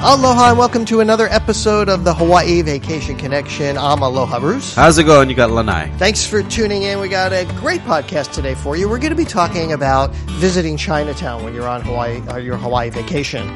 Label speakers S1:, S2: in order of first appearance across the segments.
S1: Aloha and welcome to another episode of the Hawaii Vacation Connection. I'm Aloha Bruce.
S2: How's it going? You got Lanai.
S1: Thanks for tuning in. We got a great podcast today for you. We're going to be talking about visiting Chinatown when you're on Hawaii or your Hawaii vacation,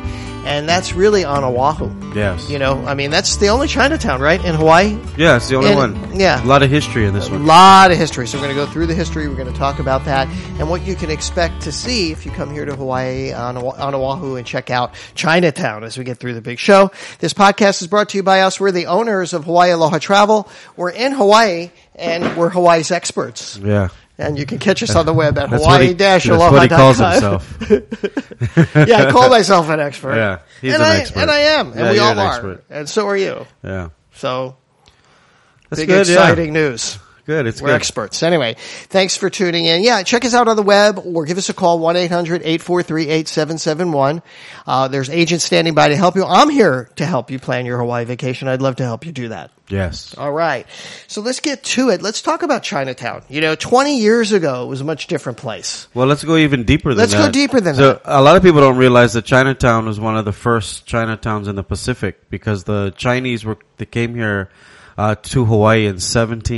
S1: and that's really on Oahu.
S2: Yes.
S1: You know, I mean, that's the only Chinatown, right, in Hawaii.
S2: Yeah, it's the only
S1: And-
S2: one.
S1: yeah.
S2: A lot of history in this
S1: A
S2: one.
S1: lot of history. So we're going to go through the history. We're going to talk about that and what you can expect to see if you come here to Hawaii on, Oa- on Oahu and check out Chinatown as we get through the big show. This podcast is brought to you by us. We're the owners of Hawaii Aloha Travel. We're in Hawaii and we're Hawaii's experts.
S2: Yeah.
S1: And you can catch us on the web at
S2: That's what,
S1: hawaii
S2: he, that's
S1: aloha
S2: what he calls himself.
S1: yeah, I call myself an expert.
S2: Yeah, he's
S1: and
S2: an
S1: I,
S2: expert.
S1: And I am. And
S2: Yeah,
S1: we
S2: you're
S1: all
S2: an
S1: are.
S2: expert.
S1: And so are you.
S2: Yeah.
S1: So,
S2: That's
S1: big,
S2: good.
S1: exciting
S2: Yeah.
S1: news.
S2: Good. It's
S1: We're
S2: good.
S1: experts. Anyway, thanks for tuning in. Yeah, check us out on the web or give us a call, 1-800-843-8771. Uh, there's agents standing by to help you. I'm here to help you plan your Hawaii vacation. I'd love to help you do that.
S2: yes.
S1: All right. So let's get to it. Let's talk about Chinatown. You know, 20 years ago, it was a much different place.
S2: Well, let's go even deeper than
S1: Let's
S2: that.
S1: go deeper than
S2: so A lot of people don't realize that Chinatown was one of the first Chinatowns in the Pacific because the Chinese were they came here uh, to Hawaii in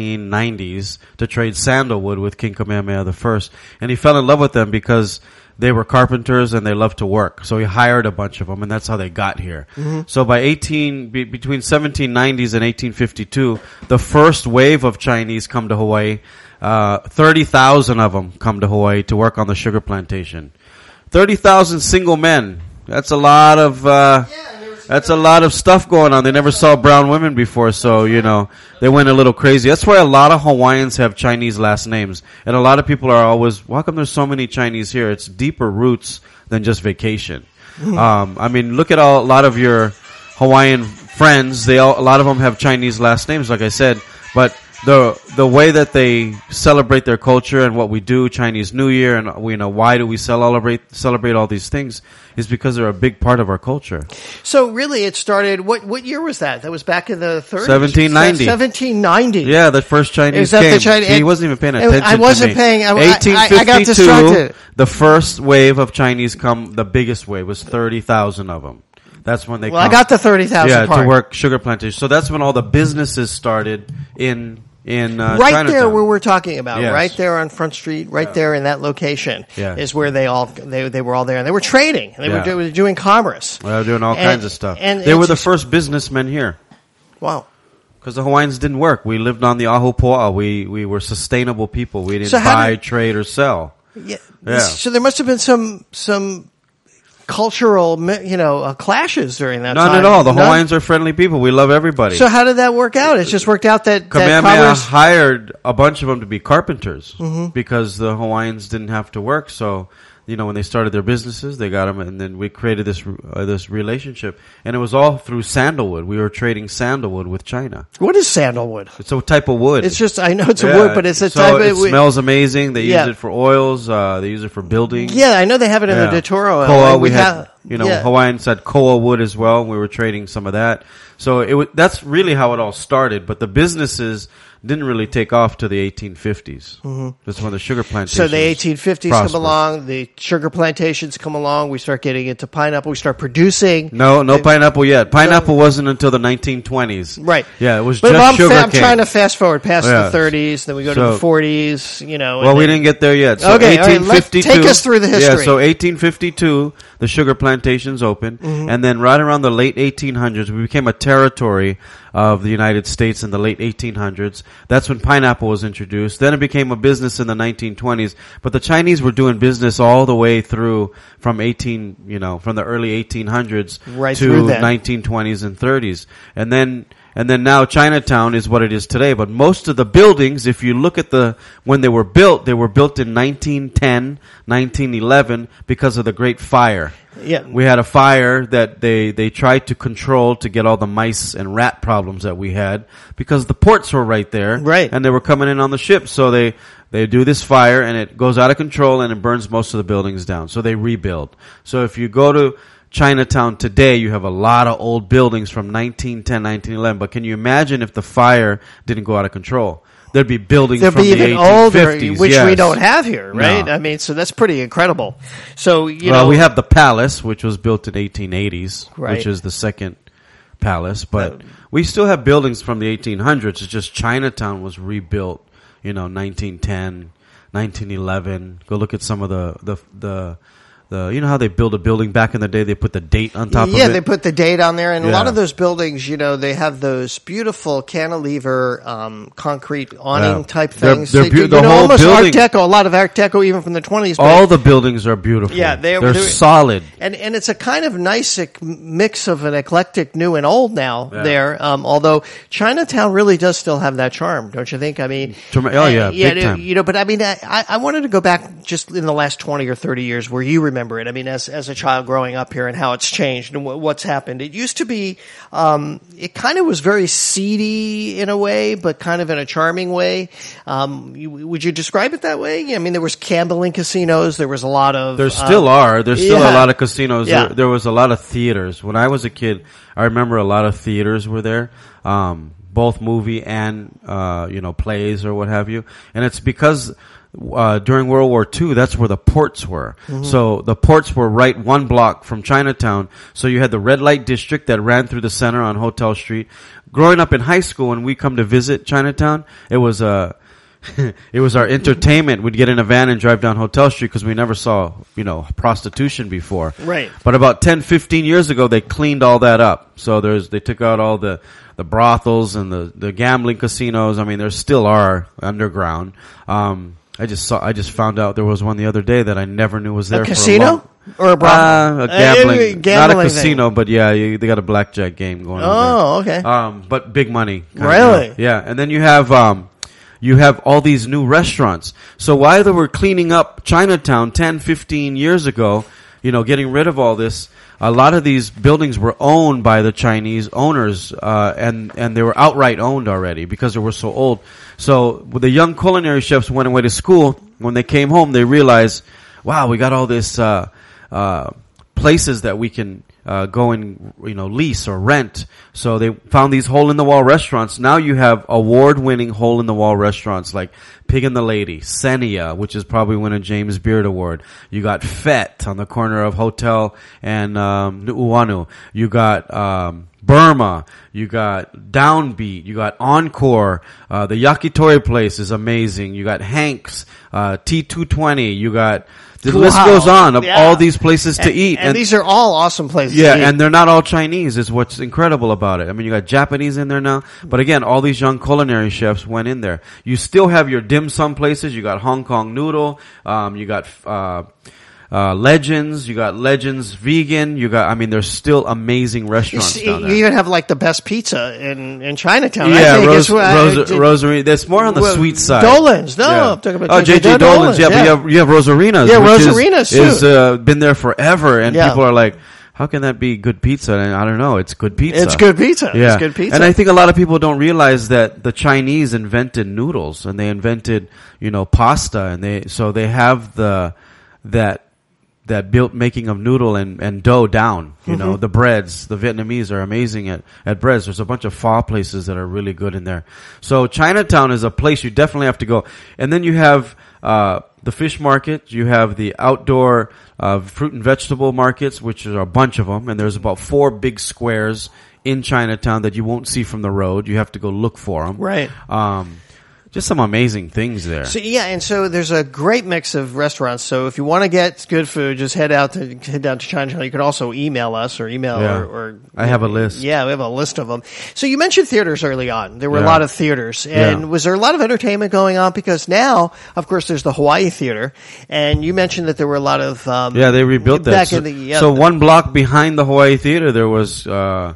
S2: 1790s to trade sandalwood with King Kamehameha I, and he fell in love with them because they were carpenters and they loved to work. So he hired a bunch of them, and that's how they got here. So by 18 be, between 1790s and 1852, the first wave of Chinese come to Hawaii. Uh, 30,000 of them come to Hawaii to work on the sugar plantation. 30,000 single men. That's a lot of, uh, that's a lot of stuff going on. They never saw brown women before, so, you know, they went a little crazy. That's why a lot of Hawaiians have Chinese last names. And a lot of people are always, how come there's so many Chinese here? It's deeper roots than just vacation. Um, I mean, look at all, a lot of your Hawaiian friends. They all, a lot of them have Chinese last names, like I said, but the the way that they celebrate their culture and what we do Chinese New Year and you know why do we celebrate celebrate all these things is because they're a big part of our culture.
S1: So really, it started, what, what year was that? That was back in the 30s.
S2: 1790.
S1: 1790
S2: Yeah, the first Chinese
S1: Is that the
S2: came.
S1: Chinese-
S2: he wasn't even paying
S1: I- I
S2: attention. to
S1: wasn't
S2: me.
S1: paying- I- I- I- I got
S2: 1852,
S1: distracted.
S2: The first wave of Chinese come. The biggest wave was thirty thousand of them. That's when they.
S1: Well, I
S2: come.
S1: got the 30,000
S2: Yeah,
S1: part.
S2: to work sugar plantation. So that's when all the businesses started in in uh,
S1: right
S2: Chinatown.
S1: there where we're talking about,
S2: Yes.
S1: right there on Front Street, right there in that location
S2: Yeah.
S1: is where they all they, they were all there and they were trading, and they were
S2: Yeah.
S1: do, doing commerce.
S2: They were doing all
S1: And-
S2: kinds of stuff.
S1: and
S2: they were the
S1: it's-
S2: first businessmen here
S1: Wow.
S2: because the Hawaiians didn't work. We lived on the Ahupua'a. We we were sustainable people. We didn't
S1: So how
S2: buy,
S1: did-
S2: trade, or sell.
S1: Yeah.
S2: Yeah.
S1: So there must have been some some cultural mi- you know uh, clashes during that
S2: None
S1: time.
S2: at all. The
S1: None?
S2: Hawaiians are friendly people. We love everybody.
S1: So how did that work out? It just worked out that, that Mm-hmm.
S2: Kamehameha
S1: commerce.
S2: hired a bunch of them to be carpenters because the Hawaiians didn't have to work. So, you know, when they started their businesses, they got them, and then we created this uh, this relationship. And it was all through sandalwood. We were trading sandalwood with China.
S1: What is sandalwood?
S2: It's a type of wood.
S1: It's just I know it's
S2: Yeah,
S1: a wood, but it's a
S2: so
S1: type
S2: It
S1: of wood.
S2: smells amazing. They
S1: Yeah.
S2: use it for oils. Uh, they use it for building.
S1: yeah, I know they have it in the Totoro. oil,
S2: Koa,
S1: and
S2: we, had,
S1: have-
S2: you know,
S1: yeah.
S2: Hawaiians had koa wood as well. and We were trading some of that. So it was, that's really how it all started. But the businesses didn't really take off to the 1850s. Mm-hmm. That's when the sugar plantations.
S1: So the 1850s
S2: prospered.
S1: come along, the sugar plantations come along, we start getting into pineapple, we start producing.
S2: No, no pineapple yet. Pineapple wasn't until the 1920s.
S1: Right.
S2: Yeah, it was
S1: But
S2: just
S1: I'm,
S2: sugar
S1: fa- I'm
S2: cane.
S1: trying to fast forward past
S2: Yeah.
S1: the 30s, then we go to
S2: So-
S1: the 40s, you know. and
S2: Well, we
S1: then-
S2: didn't get there yet. So
S1: Okay, all right, let's-
S2: 1852.
S1: take us through the history.
S2: Yeah, so 1852, the sugar plantations opened,
S1: Mm-hmm.
S2: and then right around the late 1800s, we became a territory of the United States in the late 1800s. That's when pineapple was introduced. Then it became a business in the 1920s. But the Chinese were doing business all the way through from 18, you know, from the early 1800s
S1: Right
S2: to
S1: through then.
S2: 1920s and 30s. And then and then now Chinatown is what it is today, but most of the buildings if you look at the when they were built, they were built in 1910, 1911 because of the great fire.
S1: Yeah.
S2: We had a fire that they they tried to control to get all the mice and rat problems that we had because the ports were right there
S1: Right.
S2: and they were coming in on the ship. So they they do this fire, and it goes out of control, and it burns most of the buildings down. So they rebuild. So if you go to Chinatown today, you have a lot of old buildings from 1910, 1911. But can you imagine if the fire didn't go out of control? there'd be buildings
S1: They'll
S2: from
S1: be
S2: the
S1: even
S2: 1850s,
S1: older, which we
S2: yes.
S1: don't have here, right?
S2: No.
S1: I mean, so that's pretty incredible. So you
S2: well,
S1: know,
S2: we have the palace, which was built in 1880s,
S1: Right.
S2: which is the second palace. But we still have buildings from the 1800s. It's just Chinatown was rebuilt, you know, 1910, 1911. Go look at some of the the the. The, you know how they build a building back in the day? They put the date on top
S1: yeah,
S2: of it.
S1: they put the date on there, and a lot
S2: Yeah.
S1: of those buildings, you know, they have those beautiful cantilever um, concrete awning
S2: Yeah.
S1: type
S2: They're-
S1: things.
S2: they're
S1: They do-
S2: beau-
S1: you
S2: the
S1: know,
S2: whole
S1: almost
S2: building-
S1: Art Deco, a lot of Art Deco, even from the twenties.
S2: All the buildings are beautiful.
S1: Yeah, they-
S2: they're
S1: they're-
S2: solid.
S1: and and it's a kind of nice ec- mix of an eclectic new and old now
S2: Yeah.
S1: there. Um, although Chinatown really does still have that charm, don't you think? I mean,
S2: Charm- oh,
S1: uh,
S2: yeah, big
S1: you-
S2: time.
S1: you know. But I mean, I, I- I wanted to go back just in the last twenty or thirty years where you remember it. I mean, as as a child growing up here and how it's changed and wh- what's happened. It used to be, um, it kind of was very seedy in a way, but kind of in a charming way. Um, you, would you describe it that way? I mean, there was gambling casinos. There was a lot of
S2: There
S1: um,
S2: still are. There's still
S1: yeah.
S2: a lot of casinos.
S1: Yeah.
S2: There, there was a lot of theaters. When I was a kid, I remember a lot of theaters were there, um, both movie and uh, you know plays or what have you. And it's because uh, during World War II, that's where the ports were. So the ports were right one block from Chinatown. So you had the red light district that ran through the center on Hotel Street. Growing up in high school, when we come to visit Chinatown, it was a it was our entertainment. We'd get in a van and drive down Hotel Street because we never saw, you know, prostitution before.
S1: Right.
S2: But about 10, 15 years ago, they cleaned all that up. So there's, they took out all the, the brothels and the, the gambling casinos. I mean, there still are underground. Um, I just saw, I just found out there was one the other day that I never knew was there.
S1: a
S2: for
S1: casino
S2: long-
S1: or a brothel?
S2: Uh, a
S1: Uh,
S2: gambling,
S1: anyway,
S2: not a
S1: gambling thing.
S2: casino, but yeah, you, they got a blackjack game going on. there.
S1: Oh, okay.
S2: Um, but big money. kind of
S1: Really?
S2: deal. yeah. And then you have um, you have all these new restaurants. So while they were cleaning up Chinatown 10, 15 years ago, you know, getting rid of all this, a lot of these buildings were owned by the Chinese owners, uh, and and they were outright owned already because they were so old. So the young culinary chefs went away to school. When they came home, they realized, wow, we got all this. Uh, uh, places that we can uh, go and you know lease or rent. So they found these hole in the wall restaurants. Now you have award winning hole in the wall restaurants like Pig and the Lady, Senia, which is probably win a James Beard Award. You got Fett on the corner of Hotel and um, Nu'uanu. You got um, Burma. You got Downbeat. You got Encore. Uh, the Yakitori place is amazing. You got Hanks, uh, T220. You got the list
S1: Wow.
S2: goes on of
S1: Yeah.
S2: all these places to eat.
S1: And, these are all awesome places.
S2: yeah,
S1: to eat.
S2: and they're not all Chinese is what's incredible about it. I mean, you got Japanese in there now, but again, all these young culinary chefs went in there. You still have your dim sum places. You got Hong Kong noodle. Um, you got, uh, uh, legends, you got legends vegan, you got, I mean, there's still amazing
S1: you,
S2: restaurants
S1: see,
S2: down
S1: you
S2: there.
S1: even have like the best pizza in, in Chinatown. I
S2: Yeah,
S1: think
S2: Rose,
S1: it's what I-
S2: Rose,
S1: did-
S2: Rosary. That's more on the
S1: Well,
S2: sweet side.
S1: Dolan's. No,
S2: Yeah.
S1: I'm talking about
S2: oh,
S1: J.J.
S2: JJ
S1: Dolan's,
S2: Dolan's. Yeah,
S1: yeah.
S2: but you have, you have Rosarina's.
S1: Yeah,
S2: which is-
S1: Rosarina's, too.
S2: is uh, been there forever, and
S1: Yeah.
S2: people are like, "How can that be good pizza?" And I don't know. It's good pizza.
S1: It's good pizza.
S2: Yeah,
S1: It's good pizza.
S2: And I think a lot of people don't realize that the Chinese invented noodles and they invented you know pasta, and they so they have the that that built making of noodle and, and dough down. You
S1: Mm-hmm.
S2: know, the breads, the Vietnamese are amazing at, at breads. There's a bunch of pho places that are really good in there. So Chinatown is a place you definitely have to go. And then you have, uh, the fish market, you have the outdoor, uh, fruit and vegetable markets, which are a bunch of them. And there's about four big squares in Chinatown that you won't see from the road. You have to go look for them.
S1: Right.
S2: Um, just some amazing things there.
S1: So yeah, and so there's a great mix of restaurants. So if you want to get good food, just head out to head down to Chinatown. You can also email us or email
S2: Yeah.
S1: or, or
S2: I have a list.
S1: Yeah, we have a list of them. So you mentioned theaters early on. There were a
S2: Yeah.
S1: lot of theaters, and
S2: Yeah.
S1: was there a lot of entertainment going on? Because now, of course, there's the Hawaii Theater, and you mentioned that there were a lot of um,
S2: Yeah, they rebuilt that.
S1: back
S2: so,
S1: in the yeah,
S2: so one block behind the Hawaii Theater, there was uh,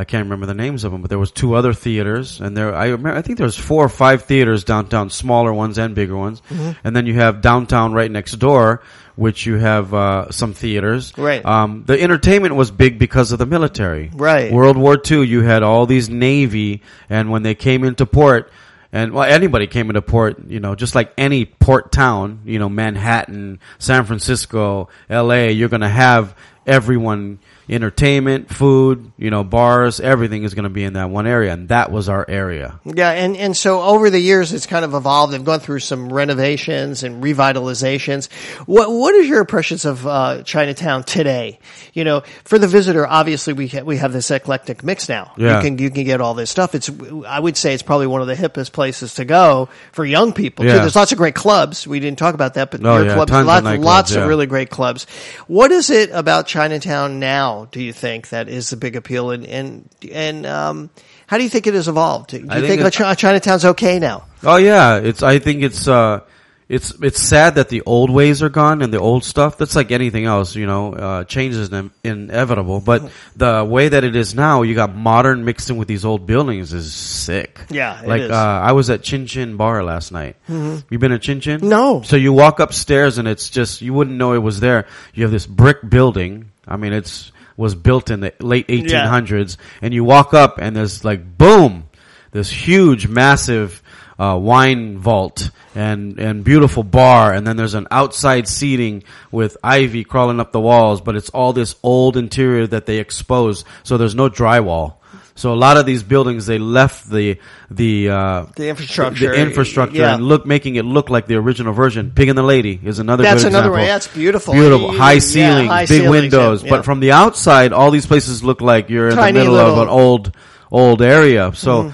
S2: I can't remember the names of them, but there was two other theaters, and there I remember I think there was four or five theaters downtown, smaller ones and bigger ones,
S1: Mm-hmm.
S2: and then you have downtown right next door, which you have uh, some theaters.
S1: Right.
S2: Um, the entertainment was big because of the military.
S1: Right.
S2: World War II, you had all these Navy, and when they came into port, and well, anybody came into port, you know, just like any port town, you know, Manhattan, San Francisco, L.A., you're going to have everyone entertainment, food, you know, bars, everything is going to be in that one area, and that was our area.
S1: Yeah, and, and so over the years, it's kind of evolved. They've gone through some renovations and revitalizations. What what is your impressions of uh, Chinatown today? You know, for the visitor, obviously we ha- we have this eclectic mix now.
S2: Yeah.
S1: You can you can get all this stuff. It's I would say it's probably one of the hippest places to go for young people. too.
S2: Yeah.
S1: There's lots of great clubs. We didn't talk about that, but
S2: Oh,
S1: your
S2: yeah,
S1: clubs,
S2: tons of
S1: lots,
S2: nightclubs,
S1: lots
S2: yeah.
S1: of really great clubs. What is it about Chinatown now? Do you think that is the big appeal? And and and um, how do you think it has evolved? Do you
S2: think
S1: think,
S2: it-
S1: Chi- Chinatown's okay now?
S2: Oh yeah, it's. I think it's. Uh, it's it's sad that the old ways are gone and the old stuff. That's like anything else, you know. Uh, change is in- inevitable,
S1: Mm-hmm.
S2: but the way that it is now, you got modern mixed in with these old buildings is sick.
S1: Yeah, it
S2: like
S1: is. Mm-hmm.
S2: Uh, I was at Chin Chin Bar last night. You been at Chin Chin?
S1: No.
S2: So you walk upstairs and it's just you wouldn't know it was there. You have this brick building. I mean, it's was built in the late 1800s, and you walk up and there's like boom, this huge, massive uh, wine vault and and beautiful bar, and then there's an outside seating with ivy crawling up the walls, but it's all this old interior that they exposed, so there's no drywall. So a lot of these buildings, they left the the uh,
S1: The infrastructure.
S2: the infrastructure,
S1: Yeah.
S2: and look, making it look like the original version. Pig and the Lady is another.
S1: That's
S2: good
S1: another
S2: example.
S1: one. That's beautiful.
S2: Beautiful,
S1: Yeah,
S2: high
S1: high
S2: ceilings, big
S1: ceilings,
S2: windows.
S1: yeah.
S2: But from the outside, all these places look like you're in
S1: Tiny
S2: the middle
S1: little- Mm-hmm.
S2: of an old old area. So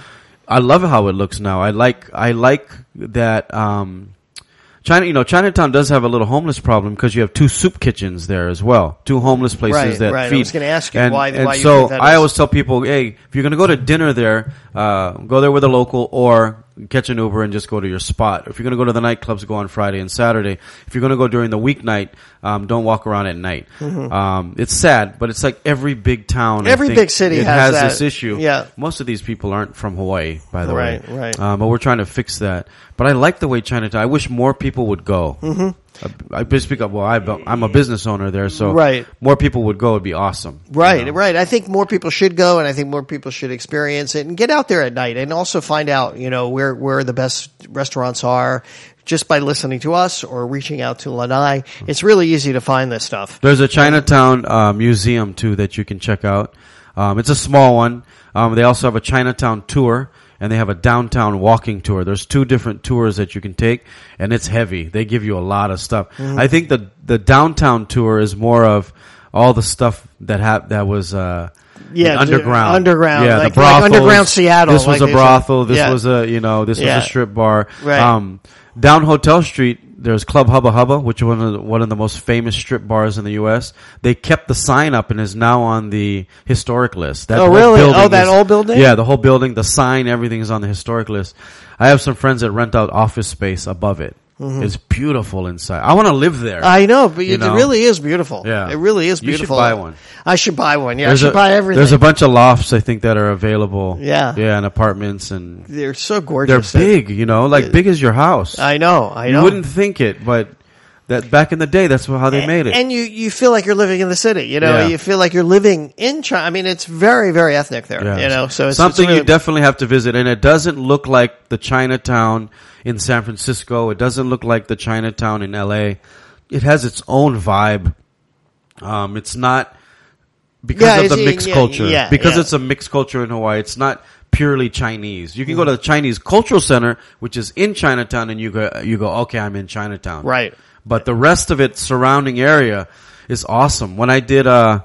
S2: I love how it looks now. I like I like that. Um, China, you know, Chinatown does have a little homeless problem because you have two soup kitchens there as well, two homeless places
S1: Right,
S2: that
S1: right. I
S2: feed.
S1: was gonna ask you
S2: and,
S1: why-
S2: and
S1: why you
S2: so
S1: think that
S2: I
S1: is.
S2: always tell people, hey, if you're gonna go to dinner there, uh, go there with a local or catch an Uber and just go to your spot. If you're gonna go to the nightclubs, go on Friday and Saturday. If you're gonna go during the weeknight, um, don't walk around at night. Um, it's sad, but it's like every big town, I
S1: Mm-hmm. Every
S2: think,
S1: big city has
S2: it has,
S1: that.
S2: this issue.
S1: Yeah.
S2: most of these people aren't from Hawaii, by the
S1: Right,
S2: way.
S1: right.
S2: Um, but we're trying to fix that. But I like the way Chinatown. I wish more people would go. Mm-hmm. I, I speak up. Well, I, I'm a business owner there, so
S1: Right.
S2: More people would go. It'd be awesome.
S1: Right, right. I think more people should go, and I think more people should experience it and get out there at night, and also find out, you know, where where the best restaurants are, just by listening to us or reaching out to Lanai. It's really easy to find this stuff.
S2: There's a Chinatown uh, museum too that you can check out. Um, it's a small one. Um, they also have a Chinatown tour and they have a downtown walking tour. There's two different tours that you can take, and it's heavy. They give you a lot of stuff.
S1: Mm-hmm.
S2: I think the the downtown tour is more of all the stuff that hap that was. Uh,
S1: Yeah,
S2: the
S1: the
S2: underground,
S1: underground,
S2: yeah,
S1: like-
S2: the
S1: like
S2: brothel.
S1: underground Seattle,
S2: This was
S1: like
S2: a
S1: they said.
S2: brothel. This
S1: Yeah.
S2: was a you know this
S1: Yeah.
S2: was a strip bar.
S1: Right.
S2: Um, down Hotel Street, there's Club Hubba Hubba, which is one of the, one of the most famous strip bars in the U.S. They kept the sign up and is now on the historic list. That
S1: Oh,
S2: whole
S1: really?
S2: building
S1: Oh, that
S2: is-
S1: old building?
S2: Yeah, the whole building, the sign, everything is on the historic list. I have some friends that rent out office space above it. It's beautiful inside. I want to live there.
S1: Mm-hmm. I know, but
S2: You
S1: it
S2: know?
S1: really is beautiful.
S2: Yeah.
S1: it really is
S2: You should
S1: beautiful.
S2: buy one.
S1: I should buy one. Yeah,
S2: there's
S1: I should
S2: a,
S1: buy everything.
S2: There's a bunch of lofts I think that are available.
S1: Yeah.
S2: yeah, and apartments and
S1: They're so
S2: they're
S1: gorgeous.
S2: big. You know, like big as your house.
S1: I know. I know.
S2: You wouldn't think it, but that back in the day, that's how they made it.
S1: And you, you feel like you're living in the city. You know,
S2: Yeah.
S1: you feel like you're living in China. I mean, it's very, very ethnic there.
S2: Yeah.
S1: You know, so it's
S2: something
S1: it's really-
S2: you definitely have to visit, and it doesn't look like the Chinatown in San Francisco. It doesn't look like the Chinatown in L.A. It has its own vibe. Um, it's not because
S1: Yeah,
S2: of the
S1: it's-
S2: mixed
S1: yeah,
S2: culture.
S1: yeah,
S2: because
S1: yeah.
S2: it's a mixed culture in Hawaii. It's not purely Chinese. You can go to the Chinese Cultural Center, which is in Chinatown, and you go, you go, okay, I'm in Chinatown,
S1: Right.
S2: But the rest of it, surrounding area, is awesome. When I did uh,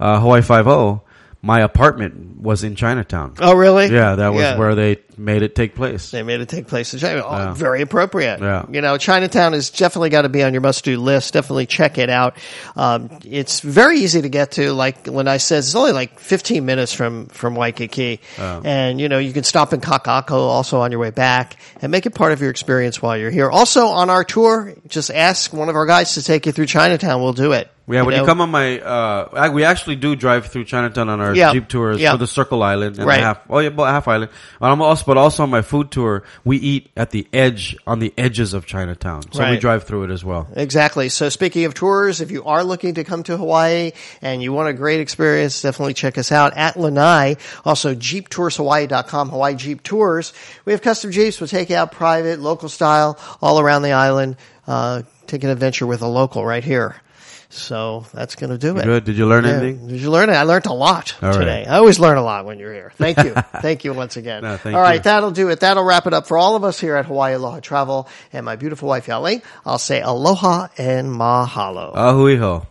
S2: uh, Hawaii Five O, my apartment was in Chinatown.
S1: Oh, really?
S2: Yeah, that was
S1: Yeah.
S2: where they made it take place.
S1: They made it take place in China. Oh,
S2: Yeah.
S1: Very appropriate.
S2: Yeah.
S1: You know, Chinatown has definitely got to be on your must-do list. Definitely check it out. Um, it's very easy to get to. Like Lanai says, it's only like 15 minutes from from Waikiki, and you know you can stop in Kakako also on your way back and make it part of your experience while you're here. Also on our tour, just ask one of our guys to take you through Chinatown. We'll do it.
S2: Yeah, when
S1: know?
S2: you come on my, uh, I- we actually do drive through Chinatown on our
S1: Yeah,
S2: jeep tours
S1: yeah.
S2: for the Circle Island and
S1: Right.
S2: half. Oh yeah, well, half island. But I'm also, but also on my food tour, we eat at the edge on the edges of Chinatown, so we
S1: Right.
S2: drive through it as well.
S1: Exactly. So speaking of tours, if you are looking to come to Hawaii and you want a great experience, definitely check us out at Lanai. Also jeeptourshawaii.com, Hawaii Jeep Tours. We have custom Jeeps. We'll take you out private, local style, all around the island. Uh, take an adventure with a local right here. So that's going to do it.
S2: Good. Did you learn
S1: Yeah.
S2: anything?
S1: Did you learn it? I learned a lot
S2: All right.
S1: today. I always learn a lot when you're here. Thank you. thank you once again.
S2: No, thank
S1: all right,
S2: you.
S1: that'll do it. That'll wrap it up for all of us here at Hawaii Aloha Travel and my beautiful wife, Yaling. I'll say aloha and mahalo.
S2: Ahuiho.